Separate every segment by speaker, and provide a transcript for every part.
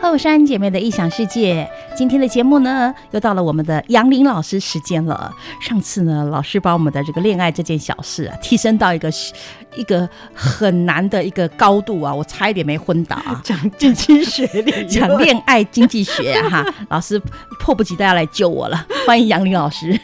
Speaker 1: 后山姐妹的异想世界，今天的节目呢，又到了我们的杨林老师时间了。上次呢，老师把我们的这个恋爱这件小事啊，提升到一个一个很难的一个高度啊，我差一点没昏倒啊。
Speaker 2: 讲经济学理
Speaker 1: 讲恋爱经济学啊，哈，老师迫不及待要来救我了，欢迎杨林老师。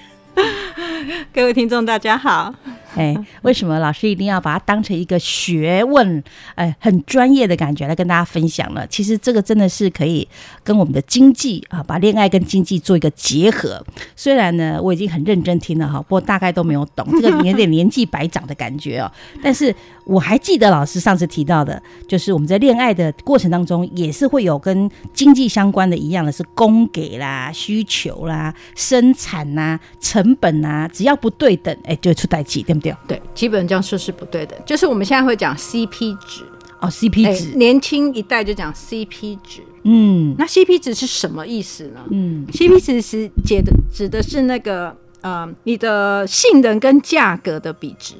Speaker 2: 各位听众，大家好。
Speaker 1: 哎，为什么老师一定要把它当成一个学问，哎，很专业的感觉来跟大家分享呢？其实这个真的是可以跟我们的经济啊，把恋爱跟经济做一个结合。虽然呢，我已经很认真听了哈，不过大概都没有懂，这个有点年纪白长的感觉哦。但是我还记得老师上次提到的，就是我们在恋爱的过程当中，也是会有跟经济相关的一样的，是供给啦、需求啦、生产啦、成本啦，只要不对等，哎，就会出代气，对不对？
Speaker 2: 对，基本上说是不对的，就是我们现在会讲 CP 值，
Speaker 1: 哦，CP
Speaker 2: 哎
Speaker 1: 值，
Speaker 2: 年轻一代就讲 CP 值。
Speaker 1: 嗯
Speaker 2: 那 CP 值是什么意思呢、
Speaker 1: 嗯
Speaker 2: c p 值是解的指的是那个呃，你的性能跟价格的比值。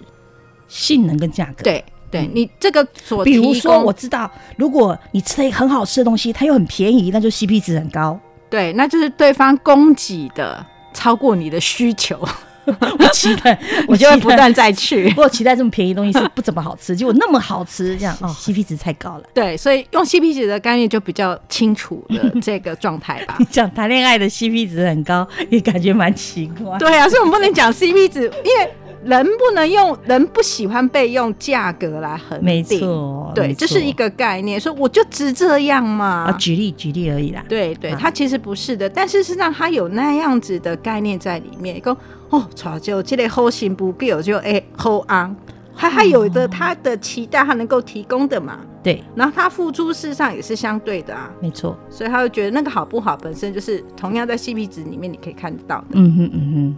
Speaker 1: 性能跟价格。，
Speaker 2: 对，对你这个所
Speaker 1: 比如
Speaker 2: 提
Speaker 1: 说
Speaker 2: 供
Speaker 1: 我知道，如果你吃了一个很好吃的东西，它又很便宜，那就 CP 值很 高。
Speaker 2: 对，那就是对方供给的超过你的需求，
Speaker 1: 我期待，
Speaker 2: 我就会不
Speaker 1: 期待。
Speaker 2: 断再去。
Speaker 1: 我期待这么便宜的东西是不怎么好吃，结果那么好吃，这样 哦，CP 值太高了。
Speaker 2: 对，所以用 CP 值的概念就比较清楚了这个状态吧
Speaker 1: 你。讲谈恋爱的 CP 值很高，也感觉蛮奇怪。
Speaker 2: 对啊，所以我们不能讲 CP 值，因为人不能用人不喜欢被用价格来衡定。
Speaker 1: 没，错，
Speaker 2: 对，
Speaker 1: 没错
Speaker 2: 这是一个概念，说我就值这样嘛。
Speaker 1: 啊，举例举例而已啦。
Speaker 2: 对对，
Speaker 1: 啊
Speaker 2: 它其实不是的，但是事实上它有那样子的概念在里面。讲哦，吵就这类后行不必有就哎后昂，它它有的它的期待它能够提供的嘛，
Speaker 1: 对，
Speaker 2: 然后它付出事实上也是相对的啊，
Speaker 1: 没错。
Speaker 2: 所以他会觉得那个好不好本身就是同样在 CP 值里面你可以看得到的。
Speaker 1: 嗯哼嗯哼。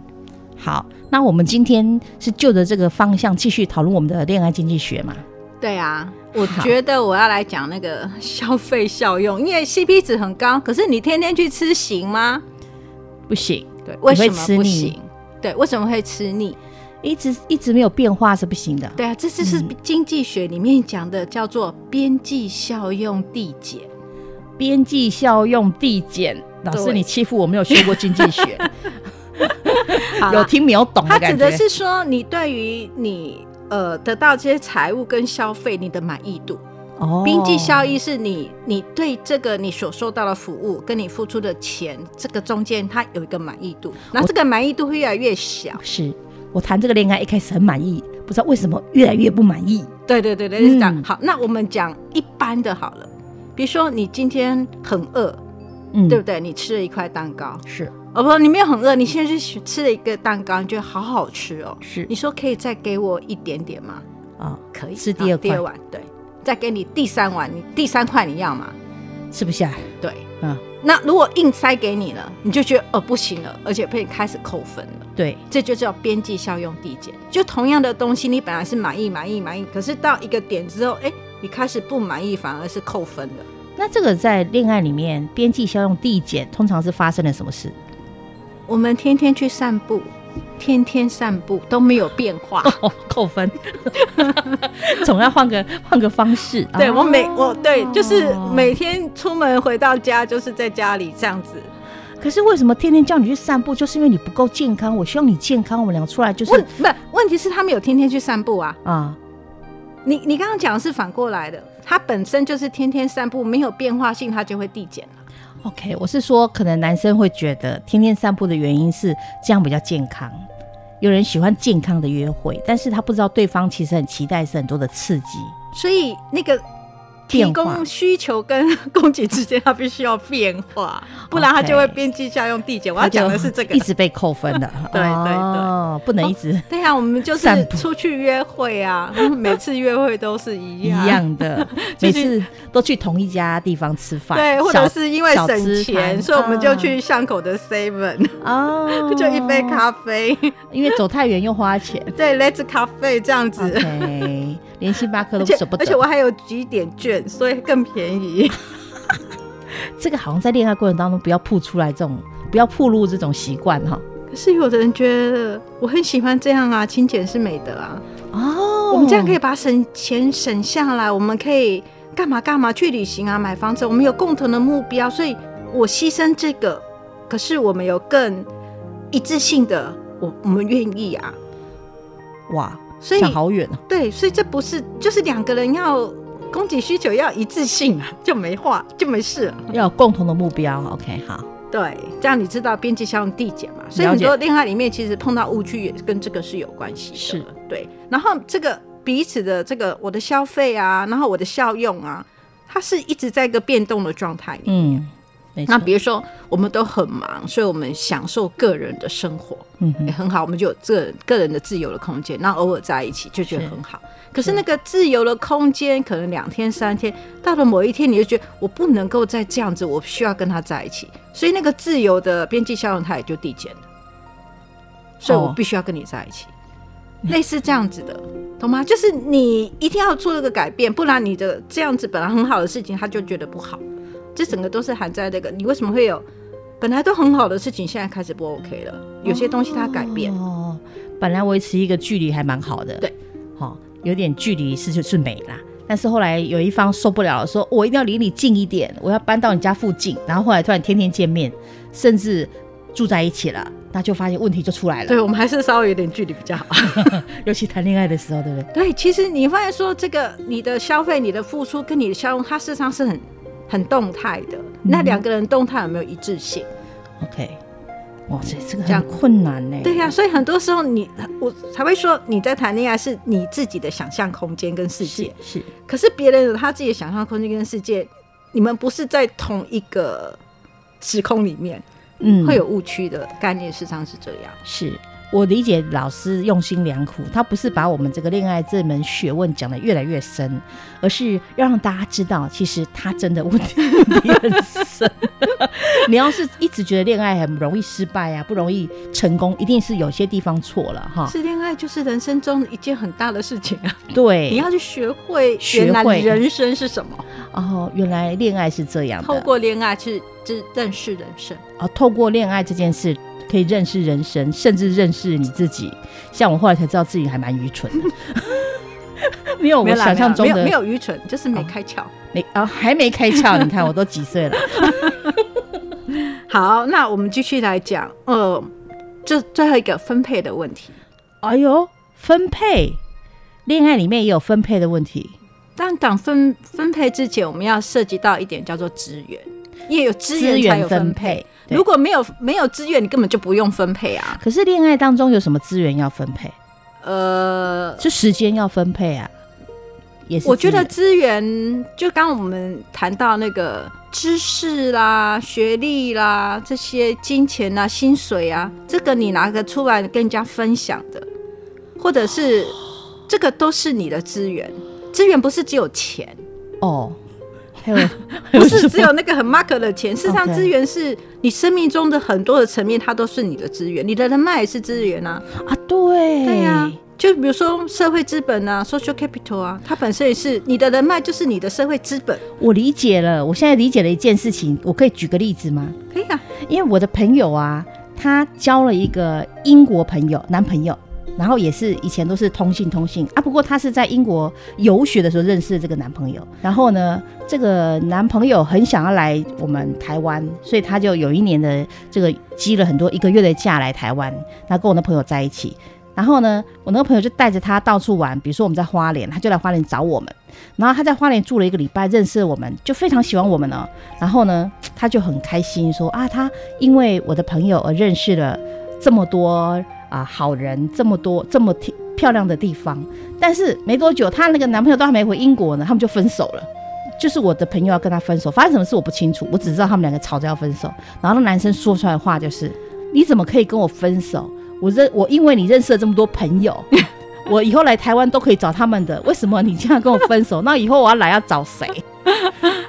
Speaker 1: 好，那我们今天是就着这个方向继续讨论我们的恋爱经济学嘛？
Speaker 2: 对啊，我
Speaker 1: 好
Speaker 2: 觉得我要来讲那个消费效用，因为 CP 值很高，可是你天天去吃行吗？
Speaker 1: 不行，
Speaker 2: 对，为什
Speaker 1: 吃
Speaker 2: 么不
Speaker 1: 腻
Speaker 2: 行？对，为什么会吃腻？
Speaker 1: 一直一直没有变化是不行的。
Speaker 2: 对啊，这就是经济学里面讲的，叫做边际效用递减。
Speaker 1: 边际效用递减，老师
Speaker 2: 对
Speaker 1: 你欺负我没有学过经济学，
Speaker 2: 好
Speaker 1: 有
Speaker 2: 啦，
Speaker 1: 听没有懂
Speaker 2: 它
Speaker 1: 的
Speaker 2: 指
Speaker 1: 感
Speaker 2: 的
Speaker 1: 觉。
Speaker 2: 是说，你对于你呃得到这些财物跟消费，你的满意度。
Speaker 1: 哦
Speaker 2: 边际效益是你你对这个你所受到的服务跟你付出的钱，这个中间它有一个满意度，然后这个满意度会越来越小。
Speaker 1: 是我谈这个恋爱一开始很满意，不知道为什么越来越不满意。
Speaker 2: 对对对对，就是这样。
Speaker 1: 嗯
Speaker 2: 好，那我们讲一般的好了，比如说你今天很饿，
Speaker 1: 嗯
Speaker 2: 对不对？你吃了一块蛋糕，
Speaker 1: 是
Speaker 2: 哦不，你没有很饿，你现在去吃了一个蛋糕，你觉得好好吃哦。
Speaker 1: 是
Speaker 2: 你说可以再给我一点点吗？
Speaker 1: 啊，
Speaker 2: 可以，
Speaker 1: 吃第二
Speaker 2: 好第二
Speaker 1: 块
Speaker 2: 碗，对，再给你第三碗，你第三块你要吗？
Speaker 1: 吃不下
Speaker 2: 对，
Speaker 1: 啊，
Speaker 2: 那如果硬塞给你了，你就觉得哦不行了，而且被开始扣分了，
Speaker 1: 对，
Speaker 2: 这就叫边际效用递减。就同样的东西，你本来是满意满意满意，可是到一个点之后，哎，你开始不满意，反而是扣分了。
Speaker 1: 那这个在恋爱里面边际效用递减，通常是发生了什么 事？
Speaker 2: 我们天天去散步，天天散步都没有变化。
Speaker 1: 哦，扣分， 总要换个换个方式。
Speaker 2: 对
Speaker 1: 啊
Speaker 2: 我每我对就是每天出门回到家就是在家里这样子，
Speaker 1: 可是为什么天天叫你去散步，就是因为你不够健康？我希望你健康，我们俩出来就是
Speaker 2: 问不是问题是他们有天天去散步啊。
Speaker 1: 啊，
Speaker 2: 你你刚刚讲的是反过来的，它本身就是天天散步，没有变化性，它就会递减了。
Speaker 1: OK，我是说，可能男生会觉得天天散步的原因是这样比较健康。有人喜欢健康的约会，但是他不知道对方其实很期待是很多的刺激。
Speaker 2: 所以那个
Speaker 1: 变
Speaker 2: 提
Speaker 1: 化
Speaker 2: 供需求跟供给之间，它必须要变化，不然它就会边际效用递减。我要讲的是这个
Speaker 1: 一。直被扣分的。
Speaker 2: 对对对
Speaker 1: 哦，不能一直
Speaker 2: 对呀、啊，我们就
Speaker 1: 散
Speaker 2: 是
Speaker 1: 步
Speaker 2: 出去约 会啊，每次约会都是一
Speaker 1: 一
Speaker 2: 样。
Speaker 1: 样 的，每
Speaker 2: 最近
Speaker 1: 次都去同一家地方吃饭，
Speaker 2: 对，或者
Speaker 1: 小
Speaker 2: 是因为
Speaker 1: 小
Speaker 2: 省
Speaker 1: 吃
Speaker 2: 钱，
Speaker 1: 摊
Speaker 2: 所以我们就去巷口的 Seven，、
Speaker 1: 啊哦
Speaker 2: 就一杯，咖 啡，
Speaker 1: 因为走太远又花 钱。
Speaker 2: 对，Let's 咖啡这样子。
Speaker 1: OK，连星巴克
Speaker 2: 而
Speaker 1: 都
Speaker 2: 且
Speaker 1: 舍不得。
Speaker 2: 而且我还有几点券，所以更便宜。
Speaker 1: 这个好像在恋爱过程当中不要曝出来这种，不要曝露这种习惯哈。
Speaker 2: 可是有的人觉得我很喜欢这样啊，勤俭是美德啊，
Speaker 1: 哦，
Speaker 2: 我们这样可
Speaker 1: 以。
Speaker 2: 以把省钱省下来，我们可以干嘛干嘛去旅行啊，买房子，我们有共同的目标，所以我牺牲这个，可是我们有更一致性的，我我们愿意啊。
Speaker 1: 哇，
Speaker 2: 所以
Speaker 1: 想好远哦。
Speaker 2: 对，所以这不是就是两个人要供给需求要一致性啊，就没话就没事了。
Speaker 1: 要有共同的目标，OK，好，
Speaker 2: 对，这样你知道边际效应递减嘛？所以很多恋爱里面其实碰到误区也跟这个是有关系的。
Speaker 1: 是，
Speaker 2: 对。然后这个彼此的这个我的消费啊，然后我的效用啊，它是一直在一个变动的状态里。
Speaker 1: 嗯，没错
Speaker 2: 那，比如说，我们都很忙，所以我们享受个人的生活，
Speaker 1: 嗯
Speaker 2: 也
Speaker 1: 哼，
Speaker 2: 很好，我们就有这个人的自由的空间。那偶尔在一起就觉得
Speaker 1: 是
Speaker 2: 很好。可是那个自由的空间，可能两天三天，到了某一天，你就觉得我不能够再这样子，我需要跟他在一起。所以那个自由的边际效应，它也就递减了。所以我
Speaker 1: 哦嗯
Speaker 2: 必须要跟你在一起，类似这样子的，懂吗？就是你一定要做这个改变，不然你的这样子本来很好的事情，他就觉得不好。这整个都是含在那个，你为什么会有本来都很好的事情，现在开始不 OK 了？有些东西它改变，
Speaker 1: 哦，本来维持一个距离还蛮好的，
Speaker 2: 对，
Speaker 1: 好、有点距离是就是美啦。但是后来有一方受不了了，说我一定要离你近一点，我要搬到你家附近。然后后来突然天天见面，甚至住在一起了，那就发现问题就出来了。
Speaker 2: 对我们还是稍微有点距离比较好。
Speaker 1: 尤其谈恋爱的时候，对不对？
Speaker 2: 对，其实你发现说这个你的消费、你的付出跟你的效用，它事实上是很很动态的。那两个人动态有没有一致性？
Speaker 1: OK，哇塞，这个
Speaker 2: 这样
Speaker 1: 很困难呢、
Speaker 2: 对呀、所以很多时候你我才会说你在谈恋爱是你自己的想象空间跟世界，
Speaker 1: 是是
Speaker 2: 可是别人有他自己的想象空间跟世界，你们不是在同一个时空里面，
Speaker 1: 嗯
Speaker 2: 会有误区的概念，事实上是这样。
Speaker 1: 是我理解老师用心良苦，他不是把我们这个恋爱这门学问讲得越来越深，而是要让大家知道，其实他真的问题问题很深。 你要是一直觉得恋爱很容易失败啊，不容易成功，一定是有些地方错了哈。
Speaker 2: 是恋爱就是人生中一件很大的事情啊，你
Speaker 1: 对，
Speaker 2: 要去学会
Speaker 1: 学
Speaker 2: 原来
Speaker 1: 会
Speaker 2: 人生是什么，
Speaker 1: 哦，原来恋爱是这样的。
Speaker 2: 透过恋爱去去认识人生。
Speaker 1: 啊，透过恋爱这件事，可以认识人生，甚至认识你自己。像我后来才知道自己还蛮愚蠢 的，没有我
Speaker 2: 没有啦
Speaker 1: 想象中
Speaker 2: 没有
Speaker 1: 的
Speaker 2: 没有没有愚蠢，就是没
Speaker 1: 哦
Speaker 2: 开窍。
Speaker 1: 没啊，还没开 窍。你看我都几岁了？
Speaker 2: 好，那我们继续来讲，呃，这最后一个分配的问题。
Speaker 1: 哎呦，分配，恋爱里面也有分配的问题。
Speaker 2: 但讲分分配之前，我们要涉及到一点叫做资源，因为有资源才有分配。
Speaker 1: 对
Speaker 2: 如果没有没有资源，你根本就不用分配啊。
Speaker 1: 可是恋爱当中有什么资源要分配？
Speaker 2: 呃，
Speaker 1: 是时间要分配啊，也是资源。
Speaker 2: 我觉得资源就刚我们谈到那个知识啦、学历啦、这些金钱啊、薪水啊，这个你拿个出来跟人家分享的，或者是这个都是你的资源。资源不是只有钱，
Speaker 1: 哦，还有
Speaker 2: 不是只有那个很 mark 的钱，事实上
Speaker 1: OK
Speaker 2: 资源是你生命中的很多的层面，它都是你的资源，你的人脉也是资源啊。
Speaker 1: 啊，对
Speaker 2: 对啊呀、就比如说社会资本啊，social capital 啊，它本身也是你的人脉，就是你的社会资本。
Speaker 1: 我理解了。我现在理解了一件事情，我可以举个例子吗？
Speaker 2: 可以啊，
Speaker 1: 因为我的朋友啊，她交了一个英国朋友男朋友，然后也是以前都是通信通信啊，不过她是在英国游学的时候认识的这个男朋友。然后呢，这个男朋友很想要来我们台湾，所以他就有一年的这个积了很多一个月的假来台湾，然后跟我那朋友在一起。然后呢，我那个朋友就带着他到处玩，比如说我们在花莲，他就来花莲找我们。然后他在花莲住了一个礼拜，认识了我们，就非常喜欢我们哦。然后呢，他就很开心说啊，他因为我的朋友而认识了这么多啊、好人，这么多这么漂漂亮的地方。但是没多久，她那个男朋友都还没回英国呢，他们就分手了。就是我的朋友要跟她分手，发生什么事我不清楚，我只知道他们两个吵着要分手。然后那男生说出来的话就是：“你怎么可以跟我分手？我认我因为你认识了这么多朋友。” 我以后来台湾都可以找他们的，为什么你这样跟我分手？那以后我要来要找谁？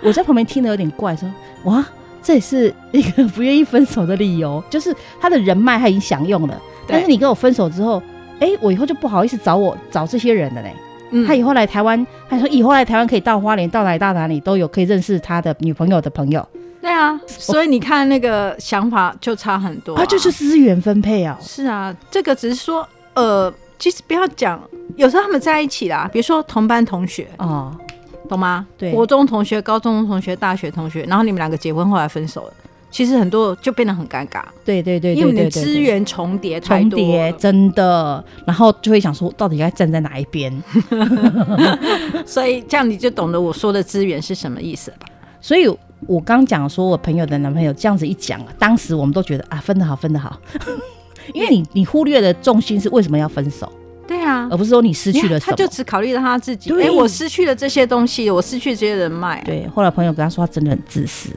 Speaker 1: 我在旁边听得有点怪，说哇，这也是一个不愿意分手的理由，就是他的人脉他已经享用了，但是你跟我分手之后，哎、我以后就不好意思找我找这些人了嘞。
Speaker 2: 嗯
Speaker 1: 他以后来台湾，他说以后来台湾可以到花莲，到哪里到哪里都有可以认识他的女朋友的朋友，
Speaker 2: 对啊，所以你看那个想法就差很多
Speaker 1: 啊，就是资源分配哦，
Speaker 2: 是啊，这个只是说，呃，其实不要讲，有时候他们在一起啦，比如说同班同学，
Speaker 1: 哦，
Speaker 2: 懂吗？
Speaker 1: 对
Speaker 2: 国中同学、高中同学、大学同学，然后你们两个结婚后来分手了，其实很多就变得很尴尬，
Speaker 1: 对对对对对对，
Speaker 2: 因为你
Speaker 1: 对
Speaker 2: 的资源重叠太
Speaker 1: 重
Speaker 2: 多
Speaker 1: 叠
Speaker 2: 了，
Speaker 1: 真的，然后就会想说，到底该站在哪一边？
Speaker 2: 所以这样你就懂得我说的资源是什么意思了吧？
Speaker 1: 所以我刚讲说，我朋友的男朋友这样子一讲，当时我们都觉得啊，分得好，分得好， 因为你你忽略的重心是为什么要分手，
Speaker 2: 对啊，
Speaker 1: 而不是说你失去了什
Speaker 2: 他
Speaker 1: 么
Speaker 2: 就。只考虑到他自己。
Speaker 1: 对
Speaker 2: 哎、我失去了这些东西，我失去这些人脉。
Speaker 1: 对，后来朋友跟他说，他真的很自私，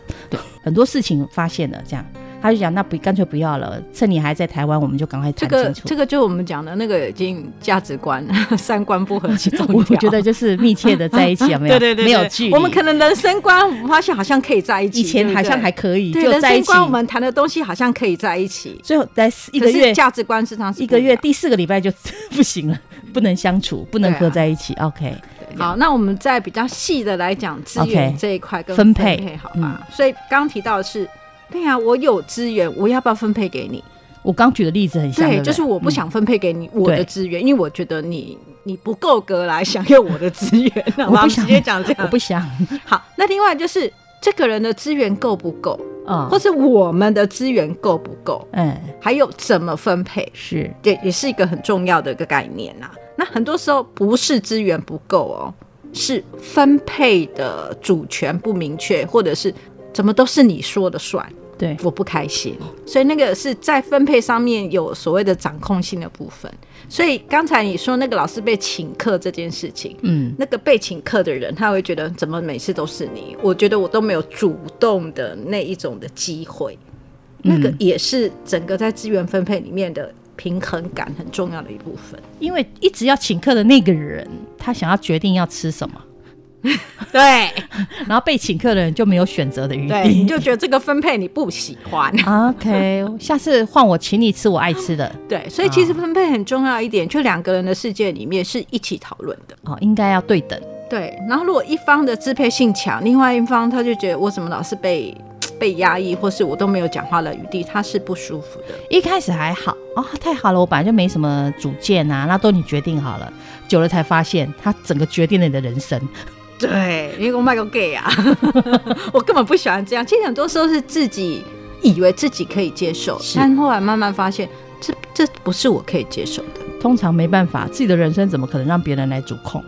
Speaker 1: 很多事情发现了这样。他就讲，那不干脆不要了，趁你还在台湾，我们就赶快
Speaker 2: 这
Speaker 1: 谈
Speaker 2: 个
Speaker 1: 清楚。
Speaker 2: 这个就是我们讲的那个已经价值观 三观不合其中
Speaker 1: 我我
Speaker 2: 调
Speaker 1: 觉得就是密切的在一起，有没有？
Speaker 2: 对对对，
Speaker 1: 没有
Speaker 2: 对
Speaker 1: 距离。
Speaker 2: 我们可能人生观，我们发现好像可以在一起。
Speaker 1: 以前
Speaker 2: 对不
Speaker 1: 好
Speaker 2: 对
Speaker 1: 像还可以，
Speaker 2: 对
Speaker 1: 就
Speaker 2: 人
Speaker 1: 在一
Speaker 2: 生
Speaker 1: 起。
Speaker 2: 观，我们谈的东西好像可以在一起，
Speaker 1: 最后在一
Speaker 2: 可
Speaker 1: 个
Speaker 2: 是
Speaker 1: 月
Speaker 2: 价值观是上
Speaker 1: 一个月第四个礼拜就 不行了，不能相处，不能
Speaker 2: 对啊
Speaker 1: 合在一起。OK，
Speaker 2: 好，那我们再比较细的来讲资源
Speaker 1: OK，
Speaker 2: 这一块跟
Speaker 1: 分
Speaker 2: 配，
Speaker 1: 配嗯
Speaker 2: 好吧？所以刚刚提到的是，对啊，我有资源，我要不要分配给你？
Speaker 1: 我刚举的例子很像，对
Speaker 2: 对，
Speaker 1: 不对
Speaker 2: 就是我不想分配给你我的
Speaker 1: 嗯对
Speaker 2: 资源，因为我觉得你你不够格来享用我的资源，好
Speaker 1: 我不
Speaker 2: 吧？我们
Speaker 1: 想
Speaker 2: 直接讲这
Speaker 1: 嗯我
Speaker 2: 样。
Speaker 1: 不想
Speaker 2: 好，那另外就是这个人的资源够不够，
Speaker 1: 啊
Speaker 2: 或，是我们的资源够不够，
Speaker 1: 嗯，
Speaker 2: 还有怎么分配，
Speaker 1: 是
Speaker 2: 对，也是一个很重要的一个概念呐、那很多时候不是资源不够哦，是分配的主权不明确，或者是怎么都是你说的算，
Speaker 1: 对，
Speaker 2: 我不开心。所以那个是在分配上面有所谓的掌控性的部分。所以刚才你说那个老师被请客这件事情，
Speaker 1: 嗯，
Speaker 2: 那个被请客的人，他会觉得怎么每次都是你？我觉得我都没有主动的那一种的机会，那个也是整个在资源分配里面的平衡感很重要的一部分。
Speaker 1: 因为一直要请客的那个人，他想要决定要吃什么，
Speaker 2: 对
Speaker 1: 然后被请客的人就没有选择的余
Speaker 2: 对，你
Speaker 1: 地。
Speaker 2: 就觉得这个分配你不喜 欢。
Speaker 1: OK，下次换我请你吃我爱吃的
Speaker 2: 对，所以其实分配很重要一点，就两个人的世界里面是一起讨论的。
Speaker 1: 哦，应该要对等，
Speaker 2: 对，然后如果一方的支配性强，另外一方他就觉得我怎么老是被被压抑，或是我都没有讲话的余地，他是不舒服的。
Speaker 1: 一开始还好哦，太好了，我本来就没什么主见啊，那都你决定好了。久了才发现，他整个决定了你的人生。
Speaker 2: 对，因为我卖个 gay 啊， 我根本不喜欢这样。其实很多时候是自己以为自己可以接受，
Speaker 1: 是
Speaker 2: 但后来慢慢发现，这这不是我可以接受的。
Speaker 1: 通常没办法，自己的人生怎么可能让别人来主控？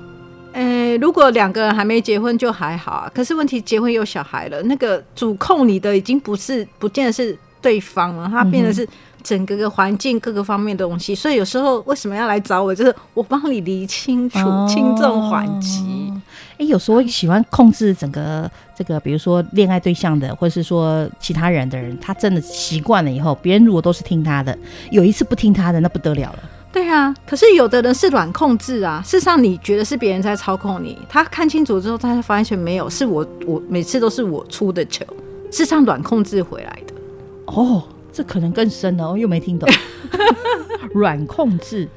Speaker 2: 呃，如果两个人还没结婚就还好啊，可是问题结婚有小孩了，那个主控你的已经不是不见得是对方了，他变得是整个个环境各个方面的东西。所以有时候为什么要来找我，就是我帮你理清楚、
Speaker 1: 哦
Speaker 2: 轻重缓急。
Speaker 1: 哎、有时候喜欢控制整个这个，比如说恋爱对象的，或是说其他人的人，他真的习惯了以后，别人如果都是听他的，有一次不听他的，那不得了了。
Speaker 2: 对啊，可是有的人是软控制啊。事实上，你觉得是别人在操控你，他看清楚之后，他才发现没有，是我我每次都是我出的球。事实上，软控制回来的。
Speaker 1: 哦，这可能更深了，我又没听 懂。软控制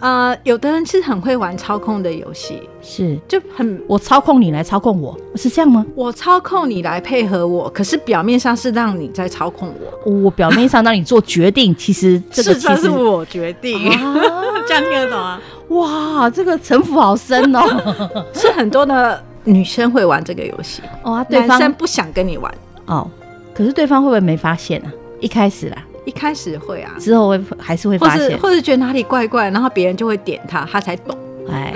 Speaker 2: 呃，有的人是很会玩操控的游戏，
Speaker 1: 是
Speaker 2: 就很
Speaker 1: 我操控你来操控我，是这样吗？
Speaker 2: 我操控你来配合我，可是表面上是让你在操控我，
Speaker 1: 我表面上让你做决定，其实这个
Speaker 2: 事实哦
Speaker 1: 其
Speaker 2: 上是
Speaker 1: 实
Speaker 2: 我决定。 这样听得懂啊？
Speaker 1: 哇，这个城府好深 哦。
Speaker 2: 是很多的女生会玩这个游戏，
Speaker 1: 哇、对
Speaker 2: 男
Speaker 1: 方
Speaker 2: 生不想跟你玩。
Speaker 1: 哦，可是对方会不会没发现啊？一开始啦，
Speaker 2: 一开始会啊，
Speaker 1: 之后会还是会
Speaker 2: 或
Speaker 1: 发
Speaker 2: 是
Speaker 1: 现，
Speaker 2: 或是觉得哪里怪怪，然后别人就会点他，他才懂。
Speaker 1: 哎，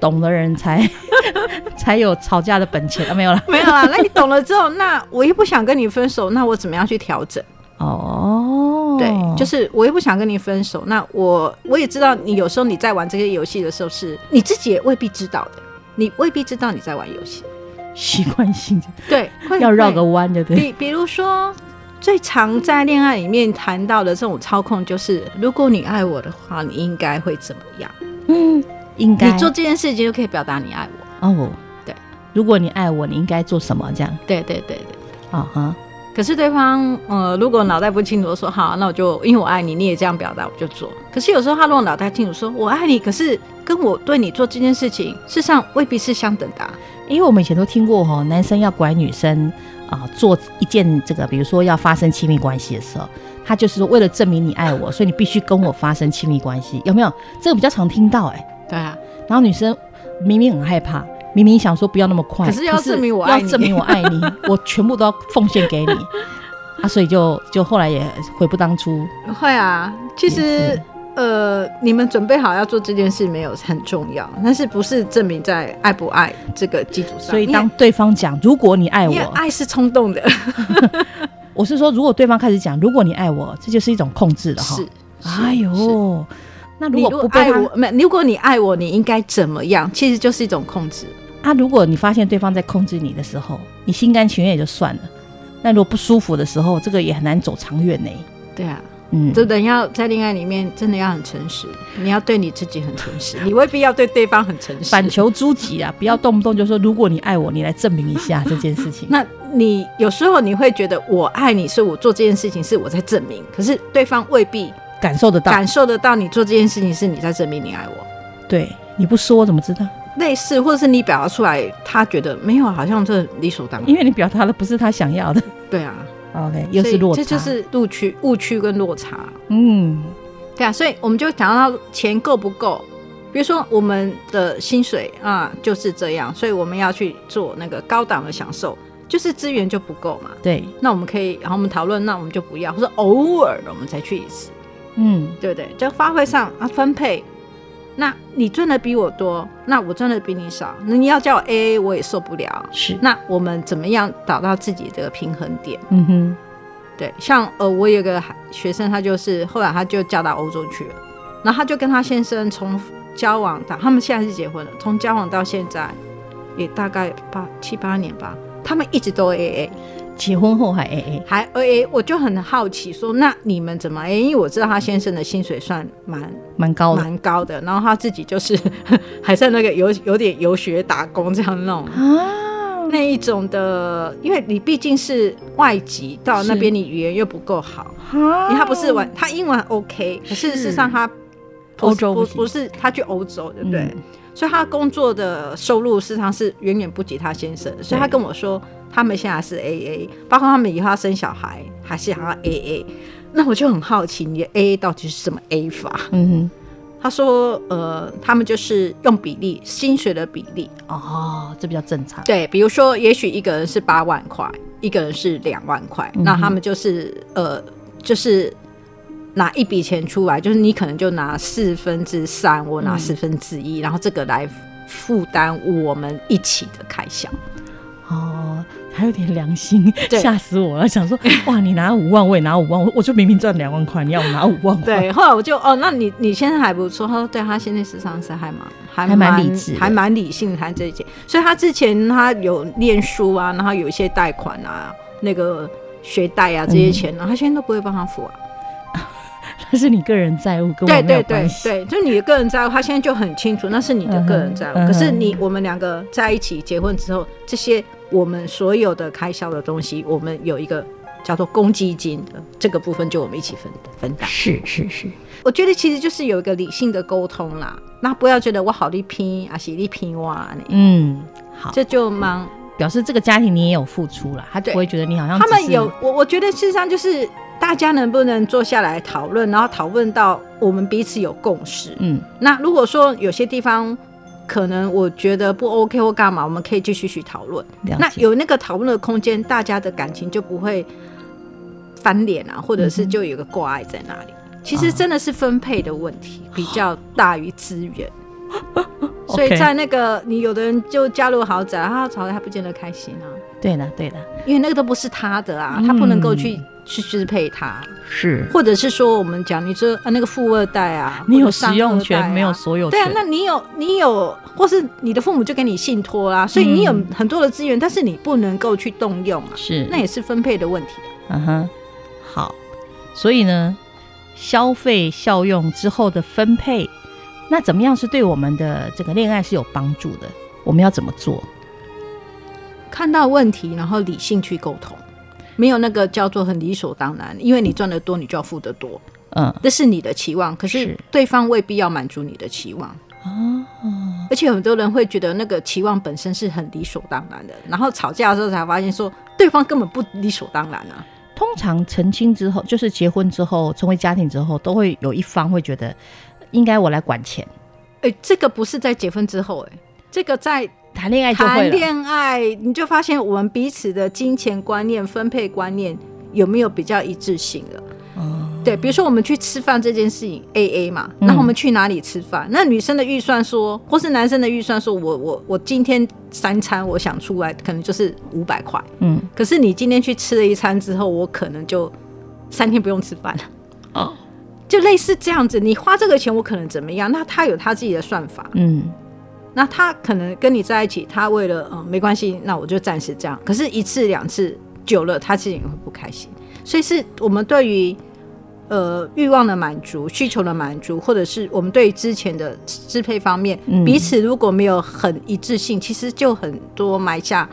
Speaker 1: 懂的人才 才有吵架的本钱啊，没有了。
Speaker 2: 没有啦，那你懂了之后，那我又不想跟你分手，那我怎么样去调整？
Speaker 1: 哦，
Speaker 2: 对，就是我又不想跟你分手，那我我也知道你有时候你在玩这些游戏的时候是，你自己也未必知道的，你未必知道你在玩游戏。
Speaker 1: 习惯性
Speaker 2: 对，会
Speaker 1: 要绕个
Speaker 2: 会
Speaker 1: 弯，对不对？
Speaker 2: 比比如说。最常在恋爱里面谈到的这种操控，就是如果你爱我的话，你应该会怎么样？
Speaker 1: 嗯，应该
Speaker 2: 你做这件事情就可以表达你爱我。
Speaker 1: 哦，
Speaker 2: 对，
Speaker 1: 如果你爱我，你应该做什么？这样
Speaker 2: 对对对对。
Speaker 1: 啊哈，
Speaker 2: 可是对方，呃，如果脑袋不清楚，说好，那我就因为我爱你，你也这样表达，我就做。可是有时候他如果脑袋清楚说，我爱你，可是跟我对你做这件事情，事实上未必是相等的啊、
Speaker 1: 因为我们以前都听过哈、男生要拐女生啊、做一件这个，比如说要发生亲密关系的时候，他就是说为了证明你爱我，所以你必须跟我发生亲密关系，有没有？这个比较常听到哎、
Speaker 2: 对啊，
Speaker 1: 然后女生明明很害怕，明明想说不要那么快，
Speaker 2: 可是要证明我
Speaker 1: 要
Speaker 2: 爱你
Speaker 1: 证明我爱 你，我全部都要奉献给你啊，所以就就后来也悔不当初。
Speaker 2: 会啊，其实呃，你们准备好要做这件事没有很重要，啊但是不是证明在爱不爱这个基础上。
Speaker 1: 所以
Speaker 2: 因为
Speaker 1: 当对方讲如果你爱
Speaker 2: 因为
Speaker 1: 我，
Speaker 2: 爱是冲动的，
Speaker 1: 我是说如果对方开始讲如果你爱我，这就是一种控制了哈。
Speaker 2: 是，
Speaker 1: 哎
Speaker 2: 是
Speaker 1: 呦，那如
Speaker 2: 你
Speaker 1: 果
Speaker 2: 哦如
Speaker 1: 不
Speaker 2: 果
Speaker 1: 被
Speaker 2: 爱
Speaker 1: 他
Speaker 2: 我，没，如果你爱我，你应该怎么样？其实就是一种控制。
Speaker 1: 啊，如果你发现对方在控制你的时候，你心甘情愿也就算了。那如果不舒服的时候，这个也很难走长远呢、
Speaker 2: 对啊，
Speaker 1: 嗯，
Speaker 2: 真的要在恋爱里面，真的要很诚实，你要对你自己很诚 实，你未必要对对方很诚实。
Speaker 1: 反求诸己啊，不要动不动就说如果你爱我，你来证明一下这件事 情。
Speaker 2: 那你有时候你会觉得我爱你，是我做这件事情是我在证明，可是对方未必
Speaker 1: 感受得到，
Speaker 2: 感受得到你做这件事情是你在证明你爱我。
Speaker 1: 对，你不说我怎么知道？
Speaker 2: 类似，或者是你表达出来，他觉得没有，啊，好像这理所当然。
Speaker 1: 因为你表达的不是他想要的。
Speaker 2: 对啊，
Speaker 1: OK，又
Speaker 2: 所
Speaker 1: 是
Speaker 2: 以
Speaker 1: 落差，
Speaker 2: 这就是误区、误区跟落差。
Speaker 1: 嗯，
Speaker 2: 对啊，所以我们就讲到钱够不够。比如说我们的薪水啊、就是这样，所以我们要去做那个高档的享受，就是资源就不够嘛。
Speaker 1: 对，
Speaker 2: 那我们可以，然后我们讨论，那我们就不要，或者偶尔我们才去一次，
Speaker 1: 嗯，
Speaker 2: 对不对？就发挥上啊分配。那你赚的比我多，那我赚的比你少，那你要叫我 A A 我也受不了。
Speaker 1: 是，
Speaker 2: 那我们怎么样找到自己的平衡点？
Speaker 1: 嗯哼，
Speaker 2: 对，像呃，我有个学生，他就是后来他就嫁到欧洲去了，然后他就跟他先生从交往到他们现在是结婚了，从交往到现在也大概八七八年吧，他们一直都 A A，
Speaker 1: 结婚后还哎 AA，
Speaker 2: 还 A A，我就很好奇说，那你们怎么 A？因为我知道他先生的薪水算蛮
Speaker 1: 蛮高的
Speaker 2: 蛮高的，然后他自己就是 还在那个有有点游学打工这样弄。
Speaker 1: 啊，
Speaker 2: 那一种的，因为你毕竟是外籍，到那边你语言又不够好，因为他不是玩，他英文 OK，可是
Speaker 1: 啊是
Speaker 2: 事实上他不
Speaker 1: 欧洲
Speaker 2: 不
Speaker 1: 不行
Speaker 2: 不是他去欧洲，对不对？
Speaker 1: 嗯
Speaker 2: 所以他工作的收入事实上是远远不及他先生，所以他跟我说他们现在是 AA，包括他们以后要生小孩还是想要 AA，那我就很好奇你的 AA 到底是怎么 A 法？
Speaker 1: 嗯
Speaker 2: 他说呃，他们就是用比例薪水的比例，
Speaker 1: 哼，哦，这比较正常，
Speaker 2: 对，比如说，也许一个人是八万块，一个人是两万块，
Speaker 1: 嗯哼
Speaker 2: 那他们就是呃，就是拿一笔钱出来，就是你可能就拿四分之三，我拿
Speaker 1: 嗯
Speaker 2: 四分之一，然后这个来负担我们一起的开销。
Speaker 1: 哦，还有点良心，
Speaker 2: 对
Speaker 1: 吓死我了！ 想说，哇，你拿五万，我也拿五万，我我就明明赚两万块，你要我拿五 万块，
Speaker 2: 对，后来我就哦，那你你现在还不错。他说，对他现在实际上是还蛮还
Speaker 1: 还蛮理智的
Speaker 2: 还蛮理性，还这一些。所以他之前他有念书啊，然后有一些贷款啊，那个学贷啊这些钱
Speaker 1: 嗯
Speaker 2: 呢、他现在都不会帮他付啊。
Speaker 1: 那是你个人债务，跟
Speaker 2: 对
Speaker 1: 我没有
Speaker 2: 对对
Speaker 1: 关系。
Speaker 2: 对，就你的个人债务，他现在就很清楚，那是你的个人债务。
Speaker 1: 嗯哼
Speaker 2: 可是你我们两个在一起结婚之后，这些我们所有的开销的东西，我们有一个叫做公积金的这个部分，就我们一起分分担。
Speaker 1: 是是是，
Speaker 2: 我觉得其实就是有一个理性的沟通啦，那不要觉得我好力拼啊，是力拼哇呢，
Speaker 1: 嗯，好，
Speaker 2: 这就蛮
Speaker 1: 表示这个家庭你也有付出了，他就
Speaker 2: 对
Speaker 1: 不会觉得你好像
Speaker 2: 他
Speaker 1: 嗯只
Speaker 2: 们
Speaker 1: 是
Speaker 2: 有我，我觉得事实上就是大家能不能坐下来讨论，然后讨论到我们彼此有共识。
Speaker 1: 嗯
Speaker 2: 那如果说有些地方可能我觉得不 OK 或干嘛，我们可以继续去讨论。
Speaker 1: 了
Speaker 2: 那
Speaker 1: 解，
Speaker 2: 有那个讨论的空间，大家的感情就不会翻脸啊，或者
Speaker 1: 嗯
Speaker 2: 是就有个挂碍在那里。其实真的是分配的问题
Speaker 1: 嗯
Speaker 2: 比较大于资 源，所以
Speaker 1: OK
Speaker 2: 在那个你有的人就加入豪宅，他吵得还不见得开心啊，
Speaker 1: 对了对了，
Speaker 2: 因为那个都不是他的啊，
Speaker 1: 嗯
Speaker 2: 他不能够去去支配他，
Speaker 1: 是
Speaker 2: 或者是说我们讲你这啊那个富二代啊，
Speaker 1: 你有
Speaker 2: 或者商
Speaker 1: 使用
Speaker 2: 二代
Speaker 1: 权，
Speaker 2: 啊
Speaker 1: 没有所有
Speaker 2: 对啊
Speaker 1: 权，，
Speaker 2: 那你有你有，或是你的父母就给你信托啦，所以你有
Speaker 1: 嗯
Speaker 2: 很多的资源，但是你不能够去动用啊，
Speaker 1: 是
Speaker 2: 那也是分配的问题啊、
Speaker 1: 嗯哼，好，所以呢，消费效用之后的分配，那怎么样是对我们的这个恋爱是有帮助的？我们要怎么做？
Speaker 2: 看到问题，然后理性去沟通，没有那个叫做很理所当然，因为你赚得多，你就要付得多，
Speaker 1: 嗯
Speaker 2: 这是你的期望，可是
Speaker 1: 是嗯
Speaker 2: 对方未必要满足你的期望。
Speaker 1: 哦，
Speaker 2: 而且很多人会觉得那个期望本身是很理所当然的，然后吵架的时候才发现说对方根本不理所当然啊。
Speaker 1: 通常成亲之后，就是结婚之后，成为家庭之后，都会有一方会觉得应该我来管钱。
Speaker 2: 哎、这个不是在结婚之后、哎，这个在
Speaker 1: 谈恋爱就
Speaker 2: 谈
Speaker 1: 会了。
Speaker 2: 恋爱，你就发现我们彼此的金钱观念、分配观念有没有比较一致性了。
Speaker 1: 哦，
Speaker 2: 对，比如说我们去吃饭这件事情，A A 嘛，
Speaker 1: 嗯
Speaker 2: 那我们去哪里吃饭？那女生的预算说，或是男生的预算说，我我我今天三餐我想出来可能就是五百块，
Speaker 1: 嗯，
Speaker 2: 可是你今天去吃了一餐之后，我可能就三天不用吃饭了，
Speaker 1: 哦，
Speaker 2: 就类似这样子。你花这个钱，我可能怎么样？那他有他自己的算法，
Speaker 1: 嗯，
Speaker 2: 那他可能跟你在一起，他为了嗯没关系，那我就暂时这样。可是，一次两次久了，他自己也会不开心。所以，是我们对于呃欲望的满足、需求的满足，或者是我们对于之前的支配方面，
Speaker 1: 嗯
Speaker 2: 彼此如果没有很一致性，其实就很多埋下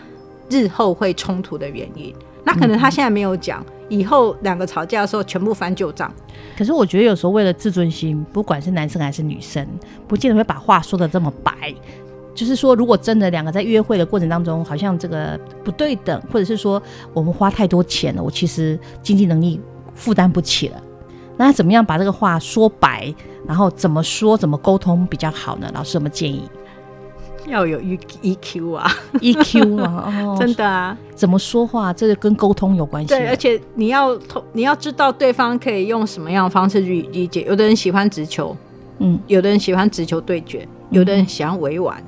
Speaker 2: 日后会冲突的原因。那可能他现在没有讲，以后两个吵架的时候全部翻旧账。
Speaker 1: 可是我觉得有时候为了自尊心，不管是男生还是女生，不见得会把话说的这么白。就是说，如果真的两个在约会的过程当中，好像这个不对等，或者是说我们花太多钱了，我其实经济能力负担不起了，那怎么样把这个话说白，然后怎么说怎么沟通比较好呢？老师有没有建 议
Speaker 2: 要有 E E Q 啊，
Speaker 1: ？EQ 啊，哦，
Speaker 2: 真的啊，
Speaker 1: 怎么说话，这个跟沟通有关系。
Speaker 2: 对，而且你要通，你要知道对方可以用什么样的方式去理解。有的人喜欢直球，
Speaker 1: 嗯，
Speaker 2: 有的人喜欢直球对决，有的人喜欢委婉，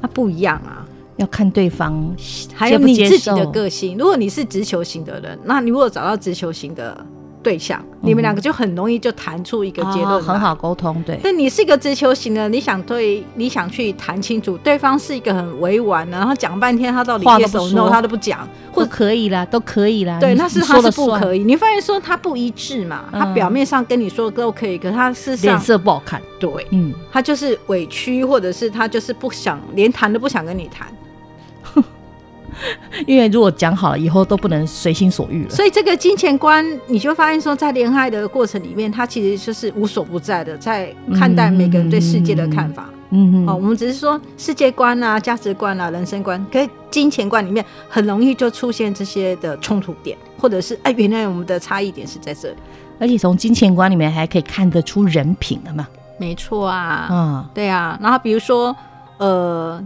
Speaker 2: 那不一样啊。
Speaker 1: 要看对方
Speaker 2: 还
Speaker 1: 接
Speaker 2: 有
Speaker 1: 不
Speaker 2: 你
Speaker 1: 接
Speaker 2: 自己的
Speaker 1: 受
Speaker 2: 个性。如果你是直球型的人，那你如果找到直球型的对象，你们两个就很容易就谈出一个结论、
Speaker 1: 哦很。嗯好沟通，对，
Speaker 2: 但你是一个直球型的，你想对，你想去谈清楚，对方是一个很委婉啊的，然后讲半天他到底
Speaker 1: 话都
Speaker 2: yes
Speaker 1: 不
Speaker 2: or
Speaker 1: 说
Speaker 2: no 他都不讲，或
Speaker 1: 不可以啦，都可以啦。
Speaker 2: 对，
Speaker 1: 啊你
Speaker 2: 那是
Speaker 1: 你
Speaker 2: 他
Speaker 1: 说
Speaker 2: 是
Speaker 1: 了
Speaker 2: 不
Speaker 1: 算
Speaker 2: 可以。你发现说他不一致嘛，他
Speaker 1: 嗯
Speaker 2: 表面上跟你说都可以，可他事实
Speaker 1: 脸
Speaker 2: 上
Speaker 1: 色不好看。
Speaker 2: 对，
Speaker 1: 嗯，
Speaker 2: 他就是委屈，或者是他就是不想连谈都不想跟你谈。
Speaker 1: 因为如果讲好了，以后都不能随心所欲了。
Speaker 2: 所以这个金钱观，你就发现说，在恋爱的过程里面，他其实就是无所不在的，在看待每个人对世界的看法。
Speaker 1: 嗯
Speaker 2: 哦，
Speaker 1: 哼，
Speaker 2: 我们只是说世界观啊、价值观啊、人生观，可是金钱观里面很容易就出现这些的冲突点，或者是哎，原来我们的差异点是在这里。
Speaker 1: 而且从金钱观里面还可以看得出人品了嘛。
Speaker 2: 没错啊
Speaker 1: 啊，
Speaker 2: 对啊，然后比如说，呃，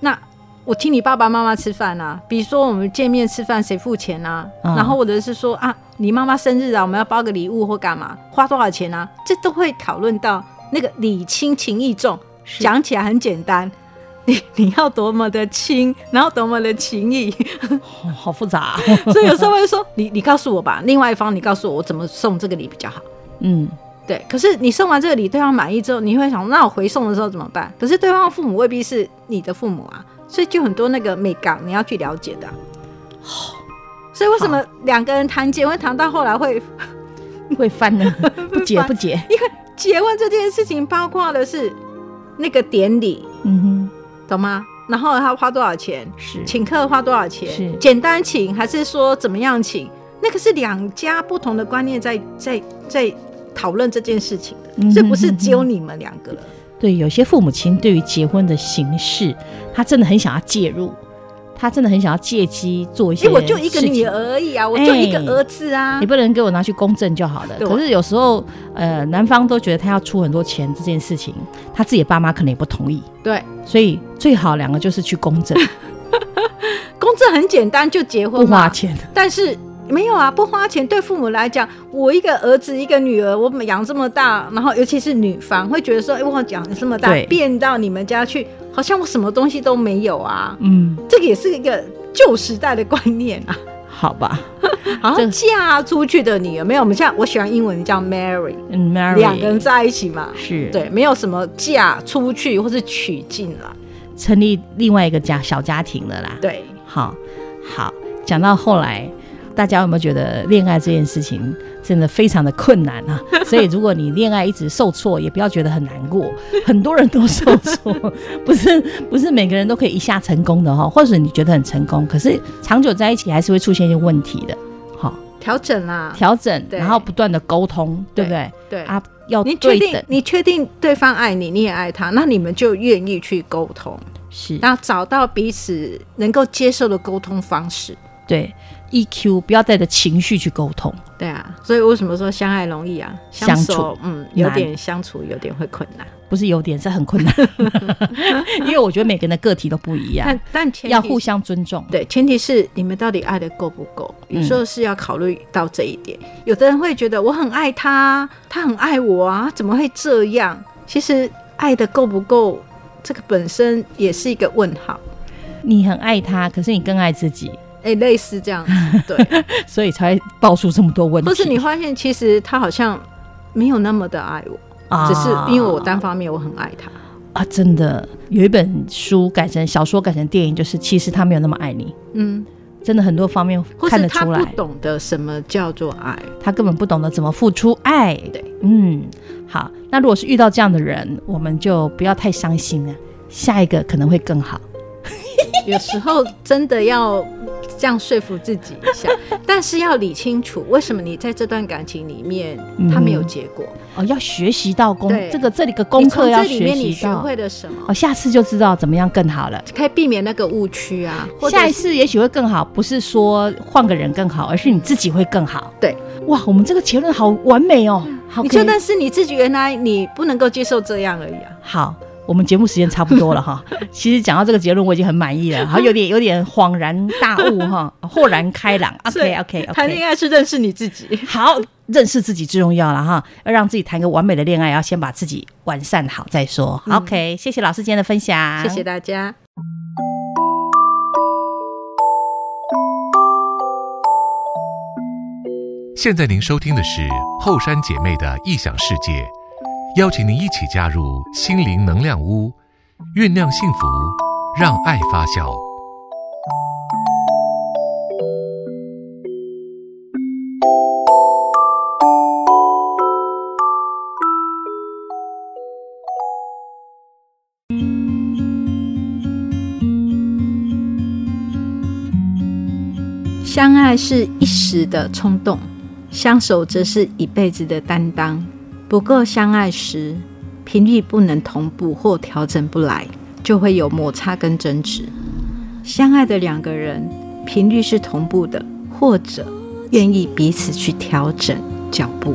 Speaker 2: 那我请你爸爸妈妈吃饭啊，比如说我们见面吃饭谁付钱啊？
Speaker 1: 嗯
Speaker 2: 然后或者是说啊，你妈妈生日啊，我们要包个礼物或干嘛，花多少钱啊？这都会讨论到那个礼轻情意重，讲起来很简单。 你你要多么的亲，然后多么的情谊，
Speaker 1: 哦好复杂啊。
Speaker 2: 所以有时候会说你你告诉我吧，另外一方你告诉我我怎么送这个礼比较好。
Speaker 1: 嗯，
Speaker 2: 对，可是你送完这个礼，对方满意之后，你会想，那我回送的时候怎么办？可是对方的父母未必是你的父母啊，所以就很多那个美感你要去了解的啊、所以为什么两个人谈结婚谈到后来会呃
Speaker 1: 会翻 呢，不解不解。
Speaker 2: 结婚这件事情，包括的是那个典礼，
Speaker 1: 嗯
Speaker 2: 懂吗？然后他花多少钱，
Speaker 1: 哼，是
Speaker 2: 请客花多少
Speaker 1: 是
Speaker 2: 钱，简单请还是说怎么样请？那个是两家不同的观念在在在讨论这件事情
Speaker 1: 嗯哼
Speaker 2: 的，所以不是只有
Speaker 1: 嗯哼
Speaker 2: 你们两个人。
Speaker 1: 对，有些父母亲对于结婚的形式，他真的很想要介入，他真的很想要借机做一
Speaker 2: 哎、
Speaker 1: 些。
Speaker 2: 我就一个女。儿而已啊，我就一个儿子啊
Speaker 1: 你，不能给我拿去公证就好了。
Speaker 2: 对
Speaker 1: 可是有时候，呃，男方都觉得他要出很多钱这件事情，他自己的爸妈可能也不同意，
Speaker 2: 对，
Speaker 1: 所以最好两个就是去公 证，
Speaker 2: 公证很简单就结
Speaker 1: 不
Speaker 2: 婚
Speaker 1: 花
Speaker 2: 嘛，
Speaker 1: 钱。
Speaker 2: 但是。没有啊，不花钱对父母来讲，我一个儿子一个女儿，我养这么大，然后尤其是女方会觉得说，哎，我养这么大
Speaker 1: 对，
Speaker 2: 变到你们家去，好像我什么东西都没有啊，
Speaker 1: 嗯，
Speaker 2: 这个也是一个旧时代的观念 啊。
Speaker 1: 好吧。
Speaker 2: 然后
Speaker 1: 这
Speaker 2: 嫁出去的女儿，没有，我们现在我喜欢英文叫 marry，
Speaker 1: 嗯，Mary
Speaker 2: 两个人在一起嘛，
Speaker 1: 是
Speaker 2: 对，没有什么嫁出去或是娶进来，
Speaker 1: 成立另外一个家小家庭了啦。
Speaker 2: 对。
Speaker 1: 好，好，讲到后来，大家有没有觉得恋爱这件事情真的非常的困难啊？ 所以如果你恋爱一直受挫，也不要觉得很难过，很多人都受挫，不是不是每个人都可以一下成功的哈、哦。或者你觉得很成功，可是长久在一起还是会出现一些问题的。好，
Speaker 2: 调整啦、
Speaker 1: 调整，
Speaker 2: 啊对
Speaker 1: 然后不断的沟通，对不对？
Speaker 2: 对，
Speaker 1: 啊，要
Speaker 2: 你确
Speaker 1: 对
Speaker 2: 定
Speaker 1: 等，
Speaker 2: 你确定对方爱你，你也爱他，那你们就愿意去沟通，
Speaker 1: 是
Speaker 2: 然后找到彼此能够接受的沟通方式。
Speaker 1: 对 EQ，不要带着情绪去沟通。
Speaker 2: 对啊，所以为什么说相爱容易啊？
Speaker 1: 相处
Speaker 2: 守嗯，有
Speaker 1: 难
Speaker 2: 点相处有点会困难，
Speaker 1: 不是有点是很困 难，因为我觉得每个人的个体都不一样
Speaker 2: 但，但前提
Speaker 1: 啊要互相尊重。
Speaker 2: 对，前提是你们到底爱的够不够，
Speaker 1: 嗯
Speaker 2: 有时候是要考虑到这一点。有的人会觉得我很爱他，他很爱我啊，怎么会这样？其实爱的够不够，这个本身也是一个问号。
Speaker 1: 你很爱他，可是你更爱自己，
Speaker 2: 哎、类似这样子， 对，
Speaker 1: 所以才会爆出这么多问题。
Speaker 2: 或是你发现其实他好像没有那么的爱我，
Speaker 1: 啊，
Speaker 2: 只是因为我单方面我很爱他。
Speaker 1: 啊，真的有一本书改成小说改成电影，就是其实他没有那么爱你，
Speaker 2: 嗯，
Speaker 1: 真的很多方面
Speaker 2: 或
Speaker 1: 看
Speaker 2: 是
Speaker 1: 得
Speaker 2: 他
Speaker 1: 出
Speaker 2: 不
Speaker 1: 来，
Speaker 2: 懂得什么叫做爱，
Speaker 1: 他根本不懂得怎么付出爱。
Speaker 2: 对，
Speaker 1: 嗯，好，那如果是遇到这样的人，我们就不要太伤心了，下一个可能会更好。
Speaker 2: 有时候真的要这样说服自己 一下，但是要理清楚为什么你在这段感情里面
Speaker 1: 嗯
Speaker 2: 他没有结果，
Speaker 1: 哦，要学习到功
Speaker 2: 对
Speaker 1: 这个这里个功
Speaker 2: 你从
Speaker 1: 课要
Speaker 2: 这里
Speaker 1: 学
Speaker 2: 面你
Speaker 1: 习
Speaker 2: 学
Speaker 1: 到，
Speaker 2: 会了什么
Speaker 1: 哦，，下次就知道怎么样更好了。
Speaker 2: 可以避免那个误区啊，或者
Speaker 1: 哦下一
Speaker 2: 是
Speaker 1: 次也许会更好，不是说换个人更好，而是你自己会更好。
Speaker 2: 对，嗯
Speaker 1: 哇，我们这个结论好完美哦，好，
Speaker 2: 你
Speaker 1: 可以
Speaker 2: 就认识你自己，原来你不能够接受这样而已啊。
Speaker 1: 好。我们节目时间差不多了 哈，其实讲到这个结论我已经很满意了，好有点有点恍然大悟哈，豁然开朗。OK OK
Speaker 2: 谈恋
Speaker 1: OK，
Speaker 2: 爱是认识你自己。
Speaker 1: 好，认识自己最重要了哈，要让自己谈个完美的恋爱，要先把自己完善好再说。
Speaker 2: 嗯
Speaker 1: OK，谢谢老师今天的分享，
Speaker 2: 谢谢大家。
Speaker 3: 现在您收听的是后山姐妹的异想世界，邀请您一起加入心灵能量屋，酝酿幸福，让爱发酵。
Speaker 2: 相爱是一时的冲动，相守则是一辈子的担当。不够相爱时，频率不能同步或调整不来，就会有摩擦跟争执。相爱的两个人频率是同步的，或者愿意彼此去调整脚步。